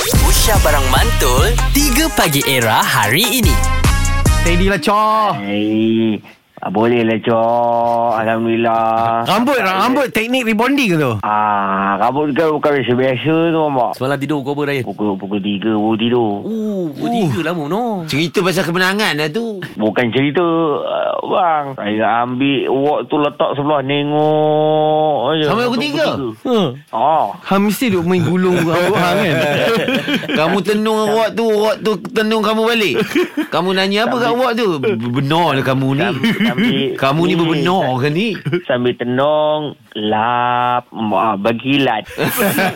Aisyah Barang Mantul 3 Pagi Era hari ini Steady lah Cor Hai. Ah, boleh lah, Cok. Alhamdulillah. Rambut Rambut teknik rebonding tu Ah, rambut kan bukan biasa-biasa tu, Mak. Semalam tidur kau apa Ryan? Pukul, pukul tiga baru tidur. Oh, pukul tiga lah. lama no. Cerita pasal kemenangan lah tu. Bukan cerita, ah, bang. Saya ambil wak tu letak sebelah nengok. aja. Sampai pukul tiga? huh. Ah. Ha mesti duk main gulung rambut hang kan Kamu tenung awak tu, awak tu tenung kamu balik. Kamu nanya apa kat awak tu? Benar lah kamu ni. Sambil- Kamu ni berbenar ke ni? Sambil tenung, lap, ah, bagilat. Smart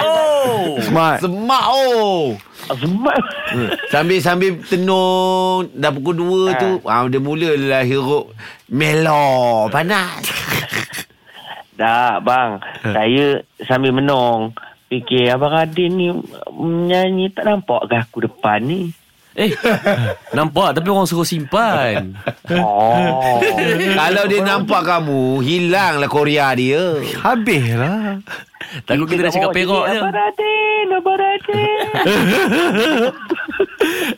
Oh, Semak oh. Ah, Sebab. Hmm. Sambil sambil tenung dah pukul 2 tu, ah dia mulalah hirup melo panas. Tak bang Saya sambil menong Fikir Abang Adin ni Menyanyi tak nampak ke aku depan ni Eh, nampak tapi orang suruh simpan. Oh Kalau dia nampak kamu, hilanglah korea dia. Habis lah Takut kita dah cakap perok je. Abang Adin Abang Adin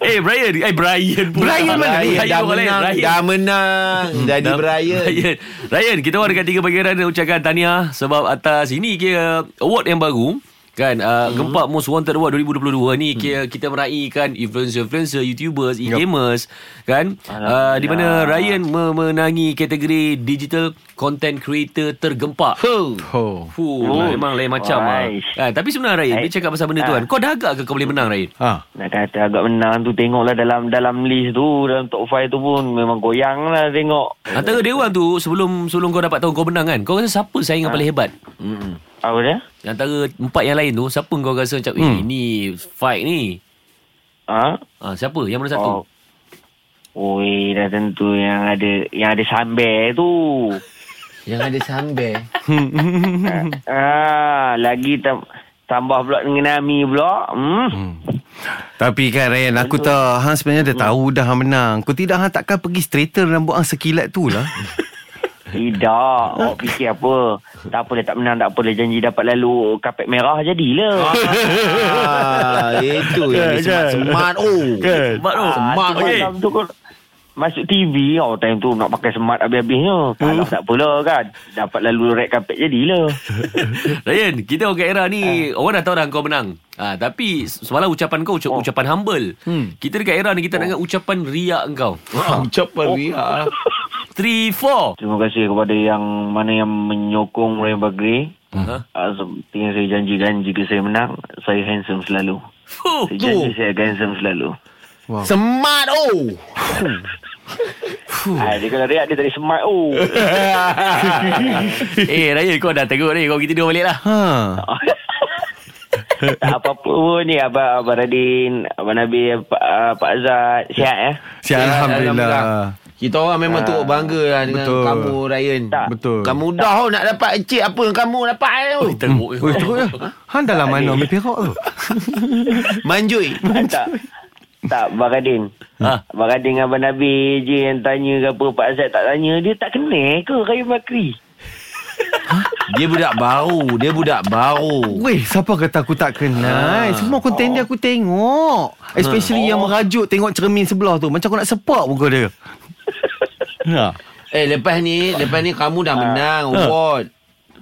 Eh, Brian. Eh, Brian pula. Brian mana? Brian Dah orang lain. menang, Brian. dah menang. Jadi Dah- Brian. Ryan. Ryan, kita orang dekat 3 pagi era nak ucapkan tahniah sebab atas ini kira award yang baru kan uh, hmm. Gempak Most Wanted Award 2022 ni kira kita meraihkan influencer-influencer, YouTubers, e-gamers kan uh, di mana Ryan me- menangi kategori digital content creator tergempak. Huh. Oh Fuh, Oh. memang lain macam lah. Aish. Ha, tapi sebenarnya Ryan, Eh. dia cakap pasal benda tu Ah. kan. Kau dah agak ke kau boleh menang Ryan? Ha Nak kata agak menang tu Tengoklah dalam dalam list tu Dalam top 5 tu pun Memang goyang lah tengok Antara dia orang tu sebelum sebelum kau dapat tahu kau menang kan. Kau rasa siapa saing yang paling hebat? Apa dia? Antara empat yang lain tu Siapa kau rasa macam hmm. Eh ni fight ni Ha? ha, Siapa yang mana satu oh. Oi, dah tentu yang ada yang ada sambil tu. Yang ada sambil. ah, lagi tam, tambah pula dengan Ami pula. Hmm. Tapi kan Ryan Aku tak Hang sebenarnya dah tahu dah hang menang Kau tidak hang takkan pergi straighter Rambut hang sekilat tu lah Tidak. Awak fikir apa? Tak apalah tak menang, tak apalah janji dapat lalu kapet merah jadilah. ah, itu yang dia smart-smart. Oh. Kan? Hebat tu Smart Okey. Ah, malam tu kot. Masuk TV oh time tu nak pakai smart habis-habisnya. Kalau tak apalah kan. Dapat lalu red carpet jadilah. Ryan Kita orang kat era ni Orang dah tahu dah kau menang ha, Tapi semalam ucapan kau ucap, oh. Ucapan humble hmm. Kita dekat era ni Kita oh. nak dengar ucapan riak kau Ucapan ria. 3, 4 Terima kasih kepada yang mana yang menyokong Ryan Bagri. Ha? Uh, seperti yang saya janjikan jika saya menang, saya handsome selalu. Fuh. Saya janji saya akan handsome selalu. Smart oh. Ah, dia kalau reak dia tadi smart oh. Eh Ryan kau dah teruk ni Kau kita dua balik lah Ha tak apa-apa pun ni Abang, Abang Radin, Abang Nabi, Pak, uh, Pak Azad. Sihat ya? Si Alhamdulillah Ah, Kita orang memang ha. turut bangga lah dengan Betul. Betul. kamu Ryan. Tak. Betul Kamu dah oh, nak dapat encik apa yang kamu dapat eh, oh. Hmm. Teruk Oi teruk ya Hang dalam mana Ambil perak tu Manjui. Ah, tak. Tak, Abang Radin. Ha. Abang Radin dengan Abang Nabi je yang tanya ke apa. Pak Azad tak tanya. Dia tak kenal eh, ke Raya Bakri? Dia budak baru, dia budak baru. Weh, siapa kata aku tak kenal? Semua konten dia aku tengok. Especially yang merajuk tengok cermin sebelah tu. Macam aku nak sepak muka dia. ha. Eh lepas ni, lepas ni kamu Ah. dah menang award.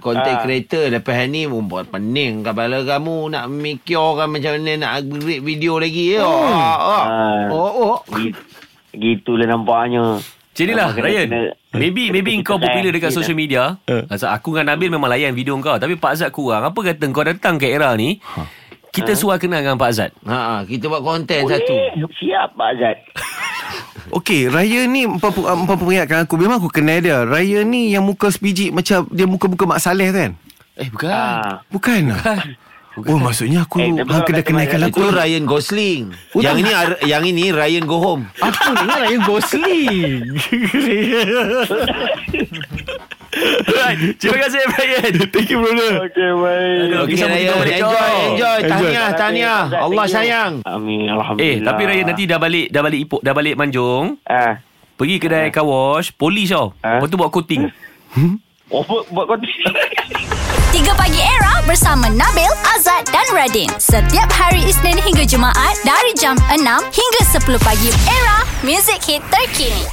Content Ha. creator Lepas ni Buat pening kepala kamu Nak mikir orang macam mana Nak upgrade video lagi ya. Oh, oh. Ah. oh, oh. Gitu, gitulah nampaknya. Macam ni lah Abang kena- Ryan kena- Maybe maybe kena kau popular tekan. dekat social media Azad, Aku dengan Nabil memang layan video kau Tapi Pak Azad kurang Apa kata kau datang ke era ni Kita suar kenal dengan Pak Azad Ha, ha, kita buat konten satu Boleh. Siap Pak Azad. Okey, Raya ni ah, memper- memperingatkan kan aku. Memang aku kenal dia. Raya ni yang muka sebiji macam dia muka-muka Mak Saleh tu kan? Eh bukan Ah. Bukan. Oh, maksudnya aku Eh, eh, hang tapi kalau kena kata kenalkan Mak aku. Itu Ryan Gosling. yang ini Ar- yang ini Ryan Go Home. Aku dengar Raya Gosling. Alright Terima kasih Brian Thank you brother Okey, baik. Okey, sama kita balik enjoy, enjoy. Tahniah, Terima kasih, tahniah. Pak Azad. Allah Thank you. sayang. Amin. Eh Alhamdulillah. tapi Ryan nanti dah balik Dah balik Ipoh Dah balik Manjung Ah. Pergi kedai car wash Polish tau Ah. Lepas tu buat coating Oh, buat buat kau 3 Pagi Era bersama Nabil, Azad dan Ryan. Radin. Setiap hari Isnin hingga Jumaat dari jam 6 hingga 10 pagi. Era Music Hit Terkini.